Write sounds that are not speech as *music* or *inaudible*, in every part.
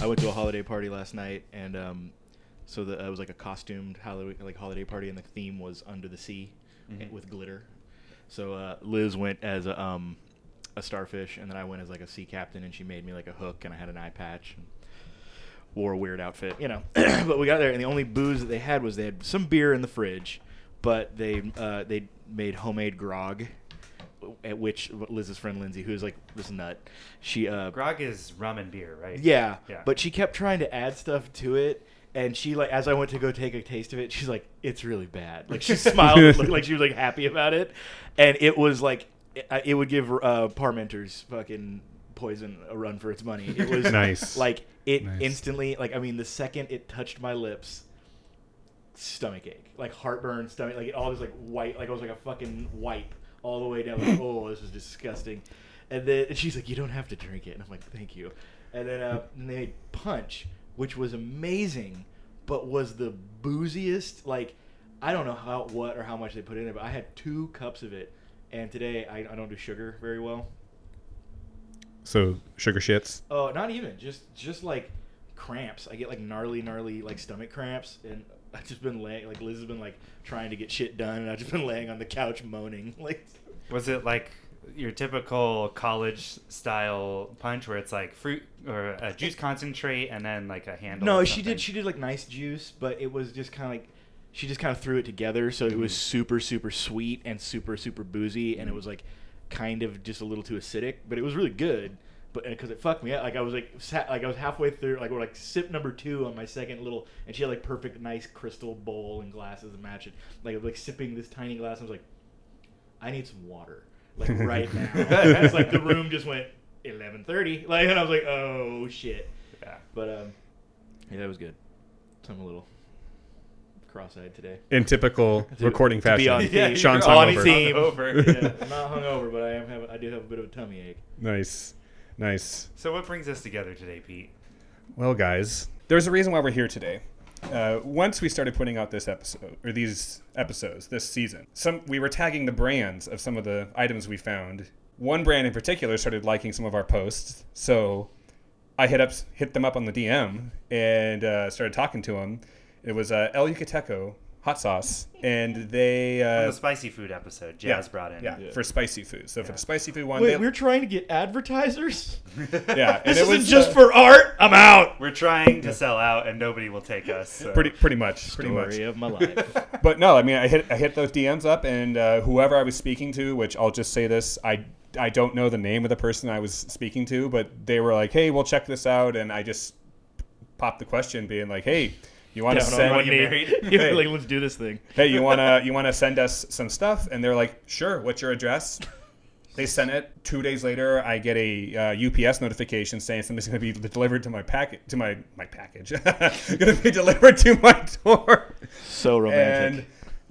I went to a holiday party last night, and um, so the, it was like a costumed Halloween like holiday party, and the theme was under the sea eh, Mhm. with glitter. So uh, Liz went as a, um, a starfish, and then I went as like a sea captain, and she made me like a hook, and I had an eye patch. And, wore a weird outfit, you know. *clears throat* but we got there, and the only booze that they had was they had some beer in the fridge, but they uh, they made homemade grog, at which Liz's friend Lindsay, who's like this nut, she uh, Grog is rum and beer, right? yeah, Yeah. but she kept trying to add stuff to it. And she like as I went to go take a taste of it, she's like, "It's really bad." Like she *laughs* smiled, it looked like she was like happy about it, and it was like it, it would give uh, Parmenter's fucking poison a run for its money. It was Nice. like it Nice. instantly like I mean the second it touched my lips, stomach ache, like heartburn, stomach, like it all was like white, like I was like a fucking wipe all the way down. *laughs* Like, oh, this is disgusting. And then and she's like, "You don't have to drink it," and I'm like, "Thank you." And then uh, and they made punch, which was amazing, but was the booziest. Like, I don't know how, what, or how much they put in it, but I had two cups of it. And today I, I don't do sugar very well. So sugar shits. Oh, not even just just like cramps. I get like gnarly, gnarly like stomach cramps, and I've just been laying. Like Liz has been like trying to get shit done, and I've just been laying on the couch moaning. *laughs* Like, Was it like your typical college style punch where it's like fruit or a juice concentrate and then like a handle? no, or she something? did. She did like nice juice, but it was just kind of like she just kind of threw it together. So Mm-hmm. it was super, super sweet and super, super boozy, and it was like kind of just a little too acidic, but it was really good. But because it fucked me up, like I was like sat, like I was halfway through, like we're like sip number two on my second little, and she had like perfect, nice crystal bowl and glasses to match it. Like I was like sipping this tiny glass, I was like, I need some water, like *laughs* right now. *laughs* it's like the room just went eleven thirty, like and I was like, oh shit. Yeah. But um, yeah, that was good. I'm a little cross-eyed today. In typical *laughs* To- recording to fashion. be on theme. Sean's You're on hungover. theme. Over. *laughs* Yeah. I'm not hungover, but I am having, I do have a bit of a tummy ache. *laughs* Nice. Nice. So what brings us together today, Pete? Well, guys, there's a reason why we're here today. Uh, once we started putting out this episode or these episodes this season, some we were tagging the brands of some of the items we found. One brand in particular started liking some of our posts, so I hit up hit them up on the DM and uh, started talking to them. It was uh, El Yucateco hot sauce, and they On the uh, spicy food episode, yeah, Jazz brought in. *laughs* yeah, Yeah. for spicy food. So for the spicy food one, Wait, they, we're trying to get advertisers. yeah, *laughs* and This it isn't was, just uh, for art. I'm out. We're trying to sell out and nobody will take us. so- pretty pretty much pretty much. Story *laughs* of my life. but no, I mean, I hit I hit those DMs up, and uh, whoever I was speaking to, which I'll just say this, I I don't know the name of the person I was speaking to, but they were like, "Hey, we'll check this out," and I just popped the question, being like, "Hey, you want to Down on send one Wanna *laughs* get *laughs* knee. married? Yeah, like, let's do this thing. hey, you wanna you wanna send us some stuff?" And they're like, "Sure. What's your address?" They sent it. Two days later, I get a uh, UPS notification saying something's going to be delivered to my packet to my my package. *laughs* going to be delivered to my door. So romantic. And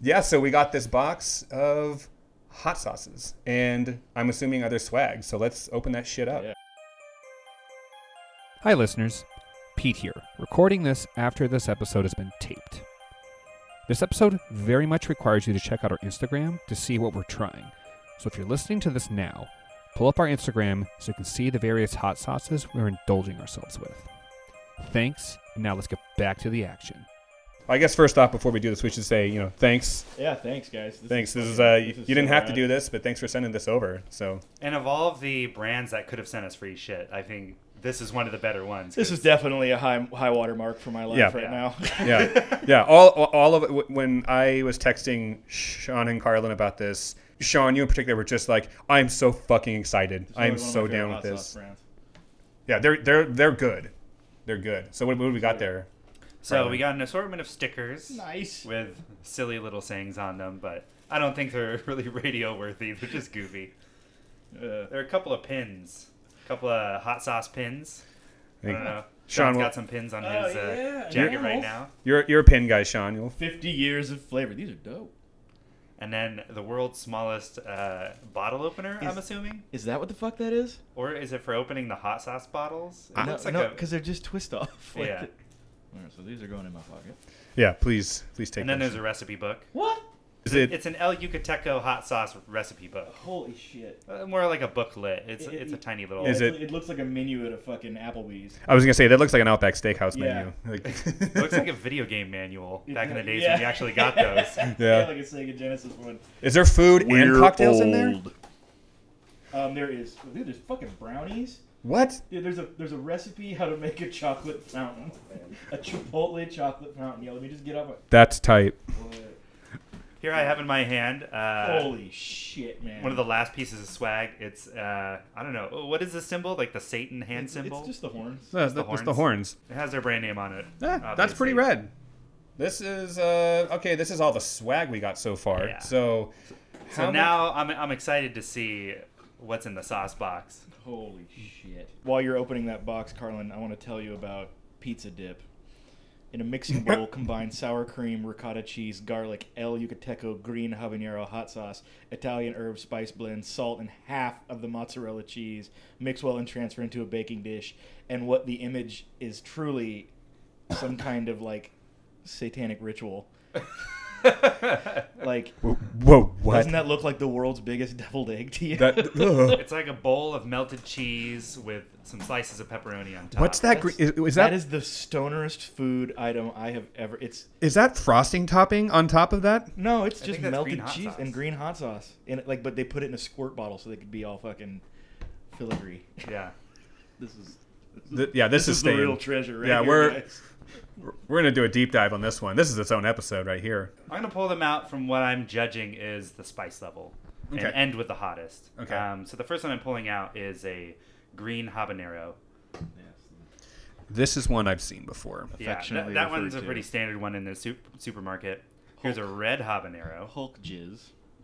yeah, so we got this box of hot sauces and I'm assuming other swag. So let's open that shit up. Yeah. Hi, listeners. Pete here, recording this after this episode has been taped. This episode very much requires you to check out our Instagram to see what we're trying. So if you're listening to this now, pull up our Instagram so you can see the various hot sauces we're indulging ourselves with. Thanks, and now let's get back to the action. I guess first off, before we do this, we should say, you know, thanks. yeah, thanks guys. This Thanks. This is, fucking- uh, you this is didn't so have to rad. do this, but thanks for sending this over. So And of all of the brands that could have sent us free shit, I think this is one of the better ones. This 'cause- is definitely a high high water mark for my life Yeah. right Yeah. now. *laughs* yeah, yeah. All, all of it. wh- When I was texting Sean and Carlin about this, Sean, you in particular were just like, I'm so fucking excited. It's I'm always one of my so favorite down with hot sauce this. brands. Yeah, they're, they're, they're good. They're good. So what, what do we got there? so we got an assortment of stickers Nice. with silly little sayings on them, but I don't think they're *laughs* really radio worthy. They're just goofy. Uh, There are a couple of pins, a couple of hot sauce pins. I don't know. Sean, Sean's what- got some pins on Oh, his yeah, uh, jacket yeah. right now. You're, you're a pin guy, Sean. You'll 50 years of flavor. These are dope. And then the world's smallest uh, bottle opener, I'm assuming? Is that what the fuck that is? Or is it for opening the hot sauce bottles? It no, looks like no, a- because they're just twist off. *laughs* Like Yeah. the- All right, so these are going in my pocket. Yeah, please, please take. and then those. there's a recipe book. What? Is it? It's an El Yucateco hot sauce recipe book. Holy shit. Uh, more like a booklet. It's it's a tiny little. yeah, Is it's- it- It looks like a menu at a fucking Applebee's. I was gonna say that looks like an Outback Steakhouse Yeah. menu. Like, *laughs* It looks like a video game manual back in the *laughs* days Yeah. when you actually got those. Yeah. like a Sega Genesis one. is there food and cocktails in there? Um, there is. Dude, there's fucking brownies. What? Dude, there's a there's a recipe how to make a chocolate fountain, *laughs* a Chipotle chocolate fountain. Yeah, let me just get up. That's tight. Here I have in my hand uh, Holy shit, man! one of the last pieces of swag. It's uh, I don't know what is the symbol like the Satan hand it's, symbol. It's just the horns. That's the the, that's the horns. It has their brand name on it. Yeah, Eh, Ah, that's obviously. pretty rad. This is uh, okay. This is all the swag we got so far. Yeah. So, So how mu- now I'm I'm excited to see what's in the sauce box. Holy shit! While you're opening that box, Carlin, I want to tell you about pizza dip. In a mixing *laughs* bowl, combine sour cream, ricotta cheese, garlic, El Yucateco, green habanero hot sauce, Italian herb spice blend, salt, and half of the mozzarella cheese. Mix well and transfer into a baking dish. And what the image is truly some kind of like satanic ritual. *laughs* like, whoa, *laughs* what? doesn't that look like the world's biggest deviled egg to you? *laughs* That- ugh. It's like a bowl of melted cheese with some slices of pepperoni on top. What's that? Gre- is, is that is the stonerest food item I have ever. It's is that frosting topping on top of that? No, it's I just think that's green melted hot cheese sauce. and green hot sauce, and like, but they put it in a squirt bottle so they could be all fucking filigree. Yeah. This is Th- yeah, this, this is is the staying. real treasure, right? Yeah, here, we're- guys. We're gonna do a deep dive on this one. This is its own episode right here. I'm gonna pull them out from what I'm judging is the spice level, Okay. and end with the hottest. Okay. Um, so the first one I'm pulling out is a green habanero. This is one I've seen before. Yeah, that, Affectionately that one's referred a to. pretty standard one in the sup- supermarket. Here's a red habanero. Hulk jizz,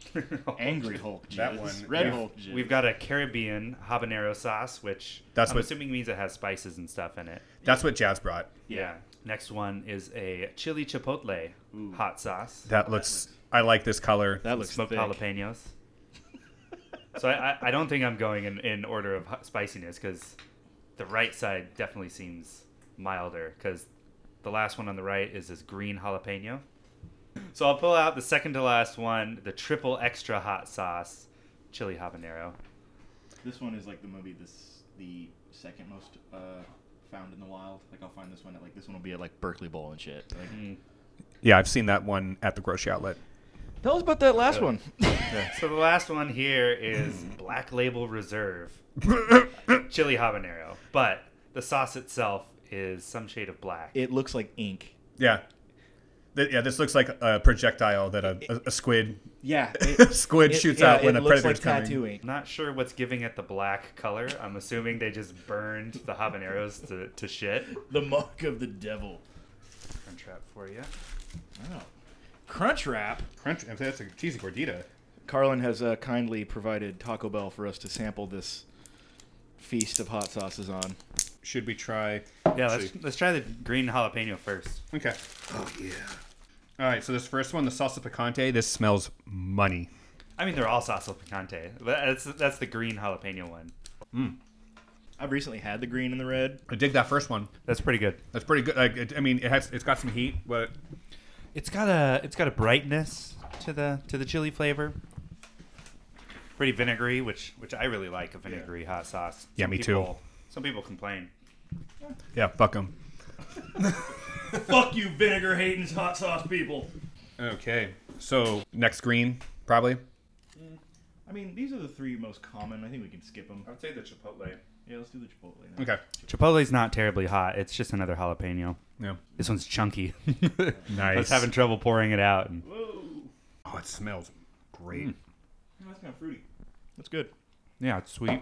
*laughs* angry Hulk jizz, That one, red yeah. Hulk jizz. We've got a Caribbean habanero sauce, which That's I'm what- assuming means it has spices and stuff in it. That's what Jazz brought. Yeah. Next one is a chili chipotle hot sauce. That looks. I like this color. that looks smoked thick. *laughs* jalapenos. so I, I, I don't think I'm going in, in order of hot- spiciness because the right side definitely seems milder because the last one on the right is this green jalapeno. So I'll pull out the second to last one, the triple extra hot sauce, chili habanero. This one is like the movie. This the second most uh, found in the wild. Like I'll find this one at like this one will be at like Berkeley Bowl and shit. Like, Yeah, I've seen that one at the grocery outlet. Tell us about that last one. *laughs* *laughs* So the last one here is Black Label *laughs* Reserve chili habanero, but the sauce itself is some shade of black. it looks like ink. Yeah. Th- yeah, this looks like a projectile that a, a, a squid *laughs* Yeah, squid shoots out when it a looks predator's like coming. tattoo ink. I'm not sure what's giving it the black color. I'm assuming they just burned the habaneros to, to shit. *laughs* The mark of the devil. Crunch trap for you. Wow. Crunch wrap. Crunch. That's a cheesy gordita. Carlin has uh, kindly provided Taco Bell for us to sample this feast of hot sauces on. Should we try? Yeah, let's, let's try the green jalapeno first. Okay. Oh yeah. All right. So this first one, the salsa picante. This smells money. I mean, they're all salsa picante. but That's that's the green jalapeno one. I've recently had the green and the red. I dig that first one. That's pretty good. That's pretty good. Like, it, I mean, it has. It's got some heat, but It's got a it's got a brightness to the to the chili flavor. Pretty vinegary, which which I really like a vinegary hot sauce. Yeah, me too. people- Some people complain. yeah, fuck them. Fuck you, vinegar hating hot sauce people. Okay. So next green, probably. I mean, these are the three most common. I think we can skip them. would say the chipotle. Yeah, let's do the Chipotle. Now. Okay. Chipotle's not terribly hot. It's just another jalapeno. Yeah. This one's chunky. *laughs* I Nice. was having trouble pouring it out. And Whoa, Oh, it smells great. that's kind of fruity. That's good. yeah, it's sweet.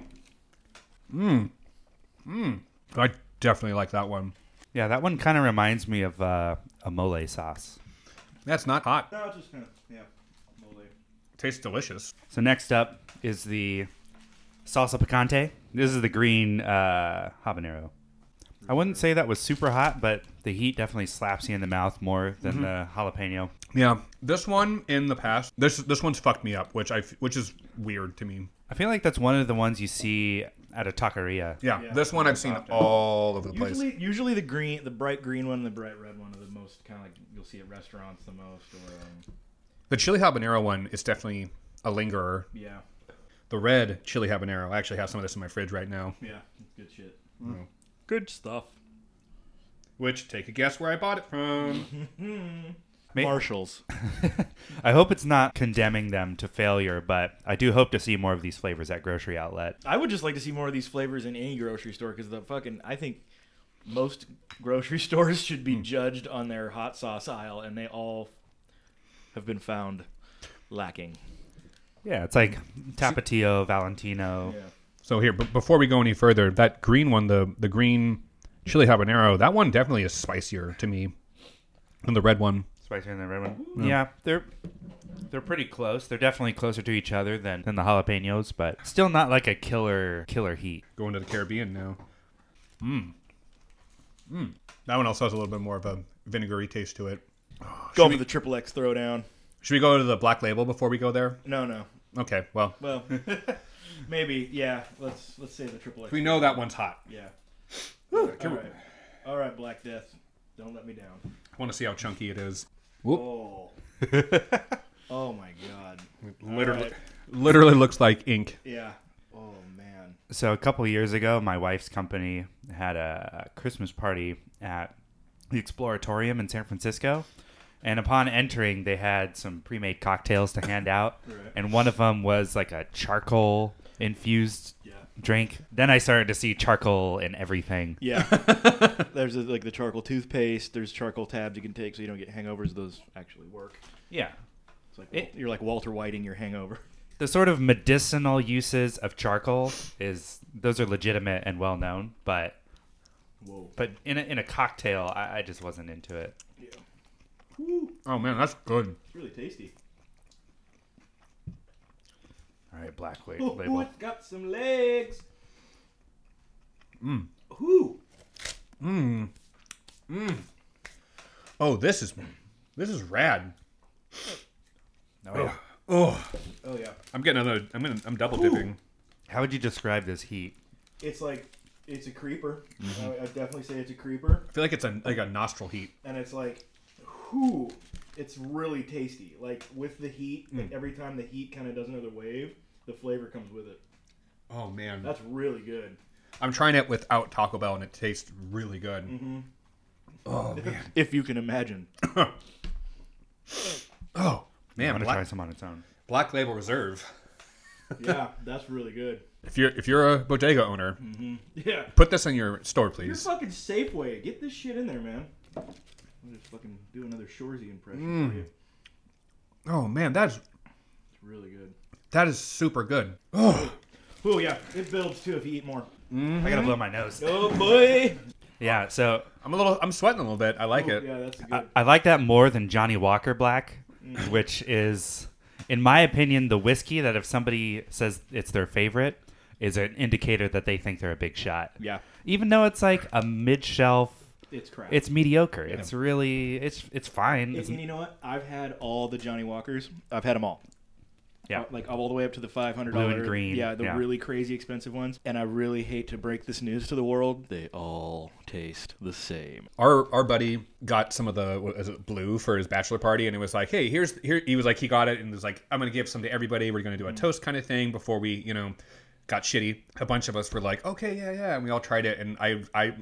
I definitely like that one. Yeah, that one kind of reminds me of uh, a mole sauce. That's not hot. No, it's just kind of yeah, mole. Tastes delicious. So next up is the salsa picante. This is the green uh, habanero. I wouldn't say that was super hot, but the heat definitely slaps you in the mouth more than the jalapeno. Yeah, this one in the past. This this one's fucked me up, which I f- which is weird to me. I feel like that's one of the ones you see at a taqueria. Yeah, Yeah. this one I've seen all over the place. Usually, usually the green, the bright green one, and the bright red one are the most kind of like you'll see at restaurants the most, or um, The chili habanero one is definitely a lingerer. Yeah. The red chili habanero. I actually have some of this in my fridge right now. Yeah. It's good shit. Good stuff. Which take a guess where I bought it from. May- Marshalls. I hope it's not condemning them to failure, but I do hope to see more of these flavors at grocery outlet. I would just like to see more of these flavors in any grocery store because the fucking I think most grocery *laughs* stores should be judged on their hot sauce aisle, and they all have been found lacking. Yeah, it's like Tapatio, Valentino. So here, b- before we go any further, that green one, the the green chili habanero, that one definitely is spicier to me than the red one. Spicy and the red one. Yeah, they're they're pretty close. They're definitely closer to each other than, than the jalapenos, but still not like a killer killer heat. Going to the Caribbean now. Mmm. Mmm. Mm. That one also has a little bit more of a vinegary taste to it. Going for the triple X throwdown. Should we go to the black label before we go there? No, no. Okay, well, Well, maybe. Yeah. Let's let's say the triple X. we know that one's hot. Yeah. all right. All right, Black Death. Don't let me down. I want to see how chunky it is. Oh. oh my God. Literally, right. literally looks like ink. Yeah. Oh man. So a couple years ago, my wife's company had a Christmas party at the Exploratorium in San Francisco. And upon entering, they had some pre-made cocktails to hand *laughs* out, Right. and one of them was like a charcoal infused Yeah. drink. Then I started to see charcoal in everything. Yeah. *laughs* there's uh, like the charcoal toothpaste. There's charcoal tabs you can take so you don't get hangovers. Those actually work. Yeah. It's like It- you're like Walter Whiting your hangover. The sort of medicinal uses of charcoal is those are legitimate and well known, but Whoa. but in a, in a cocktail, I, I just wasn't into it. Yeah. Oh man, that's good. It's really tasty. All right, black la- Oh, label. it's got some legs. Mmm. Ooh. Oh, this is this is rad. Oh, yeah. Oh, Oh yeah. I'm getting another. I'm gonna. I'm double dipping. How would you describe this heat? It's like it's a creeper. I, I'd definitely say it's a creeper. I feel like it's a like a nostril heat. and it's like, whoo, it's really tasty. Like with the heat, like every time the heat kind of does another wave, the flavor comes with it. Oh man, That's really good. I'm trying it without Taco Bell, and it tastes really *laughs* good. If you can imagine. Oh I'm man, gonna try black, some on its own. black Label Reserve. Yeah, that's really good. *laughs* If you're if you're a bodega owner, Yeah. put this in your store, You're please. fucking Safeway. Get this shit in there, man. I'm just fucking do another Shorzy impression for you. Oh man, that's It's really good. that is super good. Oh, Oh yeah, it builds too if you eat more. Mm-hmm. I gotta blow my nose. Oh boy. Yeah, so I'm a little. I'm sweating a little bit. I like it. Yeah, that's good. I, I like that more than Johnny Walker Black, Mm. which is, in my opinion, the whiskey that if somebody says it's their favorite, is an indicator that they think they're a big shot. yeah, Even though it's like a mid shelf, it's crap. it's mediocre. It's really, it's it's fine. And- *laughs* It's- and you know what? I've had all the Johnny Walkers. I've had them all. Yeah. Uh, like all the way up to the five hundred Blue dollar and green, Yeah, the yeah. really crazy expensive ones. And I really hate to break this news to the world. They all taste the same. Our our buddy got some of the what is it, blue for his bachelor party, and it was like, hey, here's here. He was like, he got it, and was like, I'm gonna give some to everybody. We're gonna Mm. do a toast kind of thing before we, you know, got shitty. A bunch of us were like, okay, yeah, yeah, and we all tried it, and I I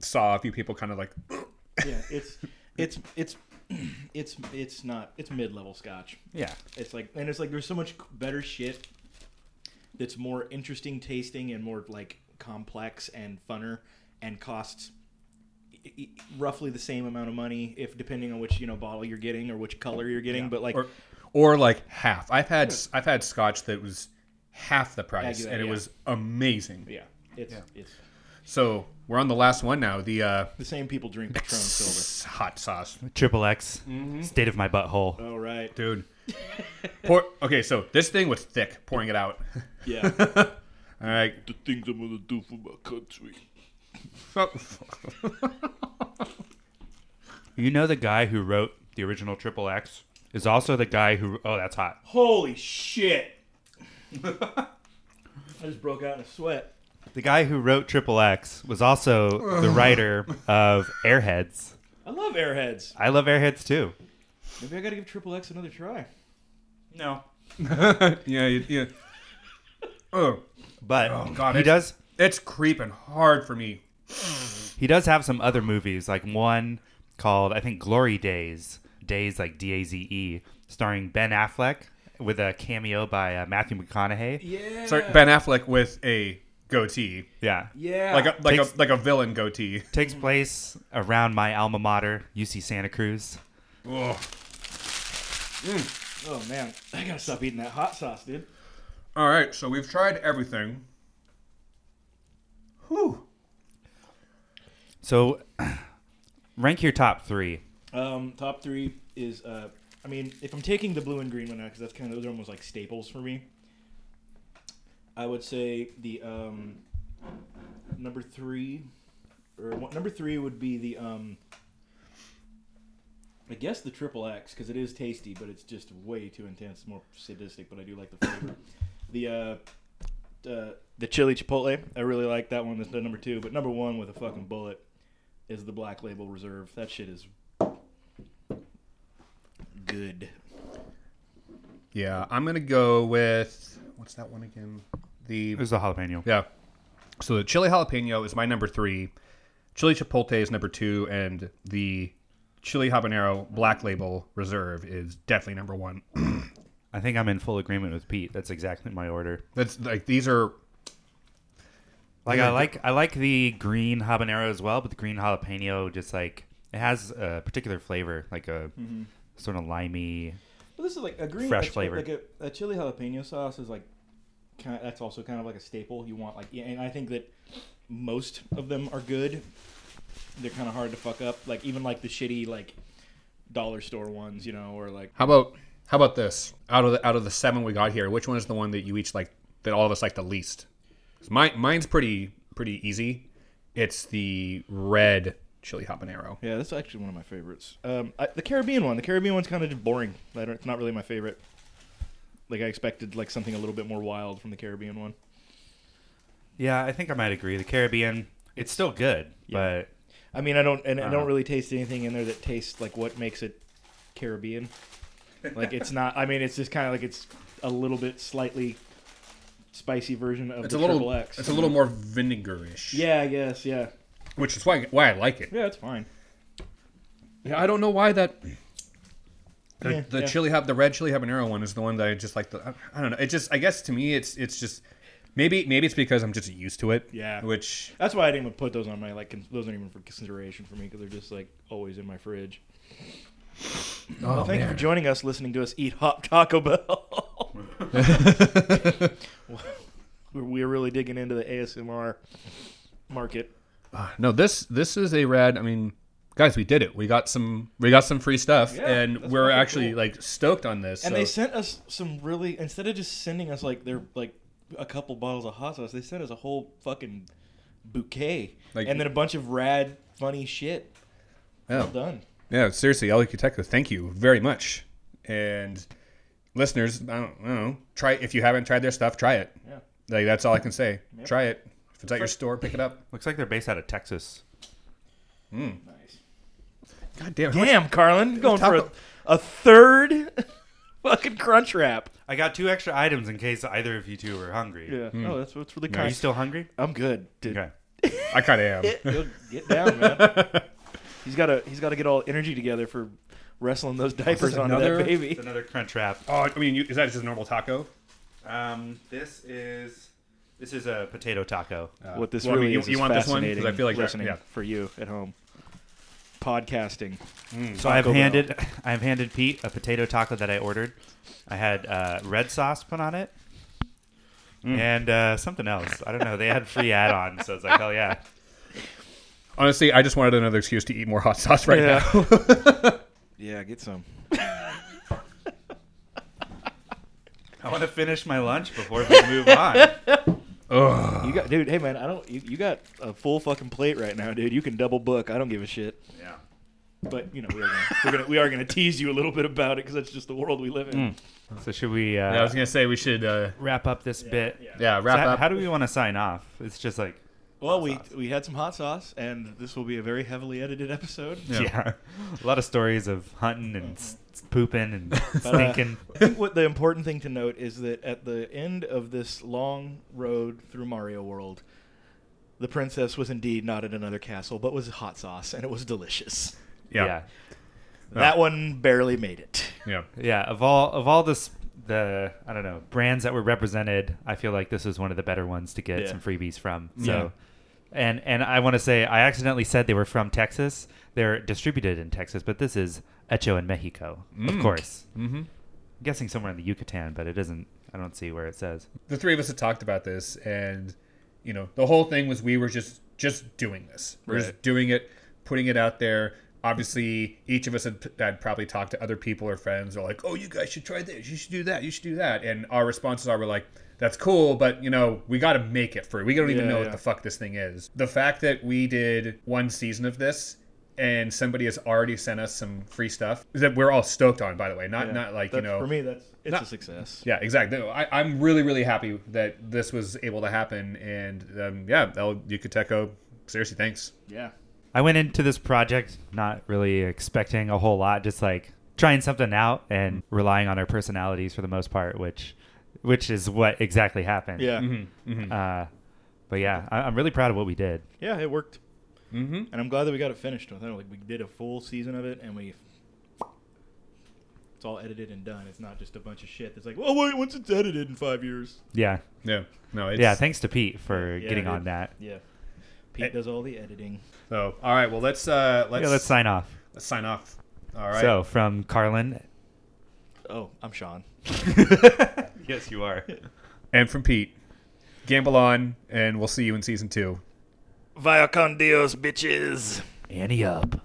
saw a few people kind of like, *clears throat* Yeah, it's it's it's it's it's not it's mid level scotch. yeah. It's like and it's like there's so much better shit that's more interesting tasting and more like complex and funner and costs i- i- roughly the same amount of money if depending on which you know bottle you're getting or which color you're getting but like or or like half. I've had I've had scotch that was half the price, Yeah, and it yeah. was amazing. yeah it's it's So we're on the last one now. The uh, the same people drink Patron Silver s- hot sauce. Triple X, Mm-hmm. state of my butthole. all right *laughs* dude. Pour, okay, so this thing was thick. Pouring it out. *laughs* yeah All right. the things I'm gonna do for my country So, You know the guy who wrote the original Triple X is also the guy who. Oh, that's hot. holy shit *laughs* I just broke out in a sweat The guy who wrote Triple X was also *sighs* the writer of Airheads. I love Airheads I love Airheads too. maybe I gotta give Triple X another try No, yeah, you- yeah. Oh, but Oh, God, he it- does. it's creeping hard for me. He does have some other movies, like one called I think Glory Days, Days like D A Z E, starring Ben Affleck with a cameo by uh, Matthew McConaughey. Yeah, Sorry, Ben Affleck with a goatee, Yeah. like uh, a like Takes- a like a villain goatee. takes place around my alma mater, UC Santa Cruz. Ugh. Mm. oh man, I gotta stop eating that hot sauce, dude. All right, so we've tried everything. Whew. So, *clears throat* rank your top three. Um, top three is uh, I mean, if I'm taking the blue and green one out because that's kind of those are almost like staples for me. I would say the um, number three, or one, number three would be the um, I guess the triple X because it is tasty, but it's just way too intense, more sadistic. But I do like the flavor. *laughs* the uh, uh, the chili chipotle, I really like that one. That's the number two, but number one with a fucking bullet is the Black Label Reserve. That shit is good. Yeah, I'm gonna go with what's that one again? The There's a jalapeno. yeah. So the chili jalapeno is my number three. Chili chipotle is number two, and the chili habanero black label reserve is definitely number one. *clears throat* I think I'm in full agreement with Pete. That's exactly my order. That's like these are Like Yeah. I like I like the green habanero as well, but the green jalapeno just like it has a particular flavor, like a Mm-hmm. sort of limey. Well, this is like a green Fresh a, flavor. Like a, a chili jalapeno sauce is like kind of, that's also kind of like a staple. You want like, yeah, and I think that most of them are good. They're kind of hard to fuck up. Like even like the shitty like dollar store ones, you know, or like How about how about this? Out of the out of the seven we got here, which one is the one that you each like that all of us like the least? 'Cause My, mine's pretty pretty easy. It's the red chili habanero. yeah, that's actually one of my favorites. Um, I, the Caribbean one, the Caribbean one's kind of just boring. I don't, it's not really my favorite. Like I expected like something a little bit more wild from the Caribbean one. Yeah, I think I might agree. The Caribbean, it's still good, Yeah. but I mean, I don't, and I Uh-huh. don't really taste anything in there that tastes like what makes it Caribbean. Like *laughs* it's not. I mean, it's just kind of like it's a little bit slightly spicy version of It's the a little triple X. it's a little more vinegarish. Yeah, I guess. Yeah, which is why why I like it. yeah, it's fine. Yeah, I don't know why that. The, Yeah, the yeah. chili hab the red chili habanero one is the one that I just like. The I- I don't know. It just I guess to me it's it's just maybe maybe it's because I'm just used to it. Yeah. Which That's why I didn't even put those on my like. Cons- those aren't even for consideration for me because they're just like always in my fridge. oh well, thank you man. for joining us, listening to us eat hot Taco *laughs* Bell. *laughs* we're, we're really digging into the ASMR market. Ah, No, this this is a rad. I mean, guys, we did it. We got some we got some free stuff, Yeah, and that's we're fucking actually cool. like stoked on this. And so- they sent us some really instead of just sending us like their like a couple bottles of hot sauce, they sent us a whole fucking bouquet Like- and then a bunch of rad funny shit. yeah, Well done. yeah, seriously, Ali Kuteku, thank you very much. And listeners, I don't, I don't know. Try if you haven't tried their stuff, try it. Yeah. Like that's all I can say. Yep. Try it. If it's at your like- store, pick it up. looks like they're based out of Texas. Nice. God damn. it. Damn, Carlin, you're going for Taco- a, a third *laughs* fucking crunch wrap. I got two extra items in case either of you two were hungry. Yeah. Hmm. Oh, that's what's really Are kind. you still hungry? I'm good, dude. Okay. I kind of am. Go get down, man. *laughs* he's got to he's got to get all energy together for wrestling those diapers onto another- that baby. It's another crunch wrap. *laughs* Oh, I mean, you, is that just a normal taco? Um, this is this is a potato taco. what this Uh, Well, I mean, really you- is you is want this one? 'Cause I fascinating feel like that- listening yeah. for you at home podcasting So I've Taco Bell. handed I've handed Pete a potato taco that I ordered. I had uh, red sauce put on it, and uh, something else. I don't know. They had free add-ons, so it's like, hell yeah. Honestly, I just wanted another excuse to eat more hot sauce right Yeah. *laughs* now. *laughs* yeah get some *laughs* I want to finish my lunch before we move *laughs* on. you got dude hey man i don't you, you got a full fucking plate right now dude you can double book i don't give a shit Yeah. but you know we're gonna, we're gonna we are gonna tease you a little bit about it because that's just the world we live in So should we uh, Yeah, I was gonna say we should, uh, wrap up this bit? yeah, So wrap how, up. how do we want to sign off? It's just like Well, we sauce. we had some hot sauce, and this will be a very heavily edited episode. Yeah. *laughs* a lot of stories of hunting and s- s- pooping *laughs* and But, uh, stinking. I think what the important thing to note is that at the end of this long road through Mario World, the princess was indeed not in another castle, but was hot sauce, and it was delicious. yeah. That one barely made it. Yeah. Yeah, of all of all this the I don't know brands that were represented, I feel like this was one of the better ones to get Yeah. some freebies from. So, and and I want to say I accidentally said they were from Texas. They're distributed in Texas, but this is Echo in Mexico, of Mm. course. Mm-hmm. I'm guessing somewhere in the Yucatan, but it isn't. I don't see where it says. The three of us had talked about this, and you know, the whole thing was we were just just doing this. We're just Right. doing it, putting it out there. Obviously, each of us had, had probably talked to other people or friends. They're like, "Oh, you guys should try this. You should do that. You should do that." And our responses are, "We're like, that's cool, but you know, we got to make it free. We don't even Yeah, know yeah. what the fuck this thing is." The fact that we did one season of this. And somebody has already sent us some free stuff that we're all stoked on, by the way. Not Yeah. not like That- you know for me, that's it's Not- a success. yeah, exactly. No, I, I'm really, really happy that this was able to happen. And um, yeah, El Yucateco, seriously, thanks. Yeah, I went into this project not really expecting a whole lot, just like trying something out Mm. and relying on our personalities for the most part, which which is what exactly happened. yeah, Mm-hmm. Hmm. Uh, but yeah, I, I'm really proud of what we did. yeah. It worked, Mm-hmm. and I'm glad that we got it finished. With it. Like we did a full season of it, and we it's all edited and done. It's not just a bunch of shit that's like, well, wait, once it's edited in five years. Yeah, Yeah, no, it's, yeah. Thanks to Pete for Yeah, getting dude. on that. Yeah, Pete Eh. does all the editing. So, all right, well, let's uh, let's, yeah, let's sign off. let's sign off. All right. So from Carlin. Oh, I'm Sean. *laughs* yes, you are. and from Pete, gamble on, and we'll see you in season two. Vaya con Dios, bitches. Annie up.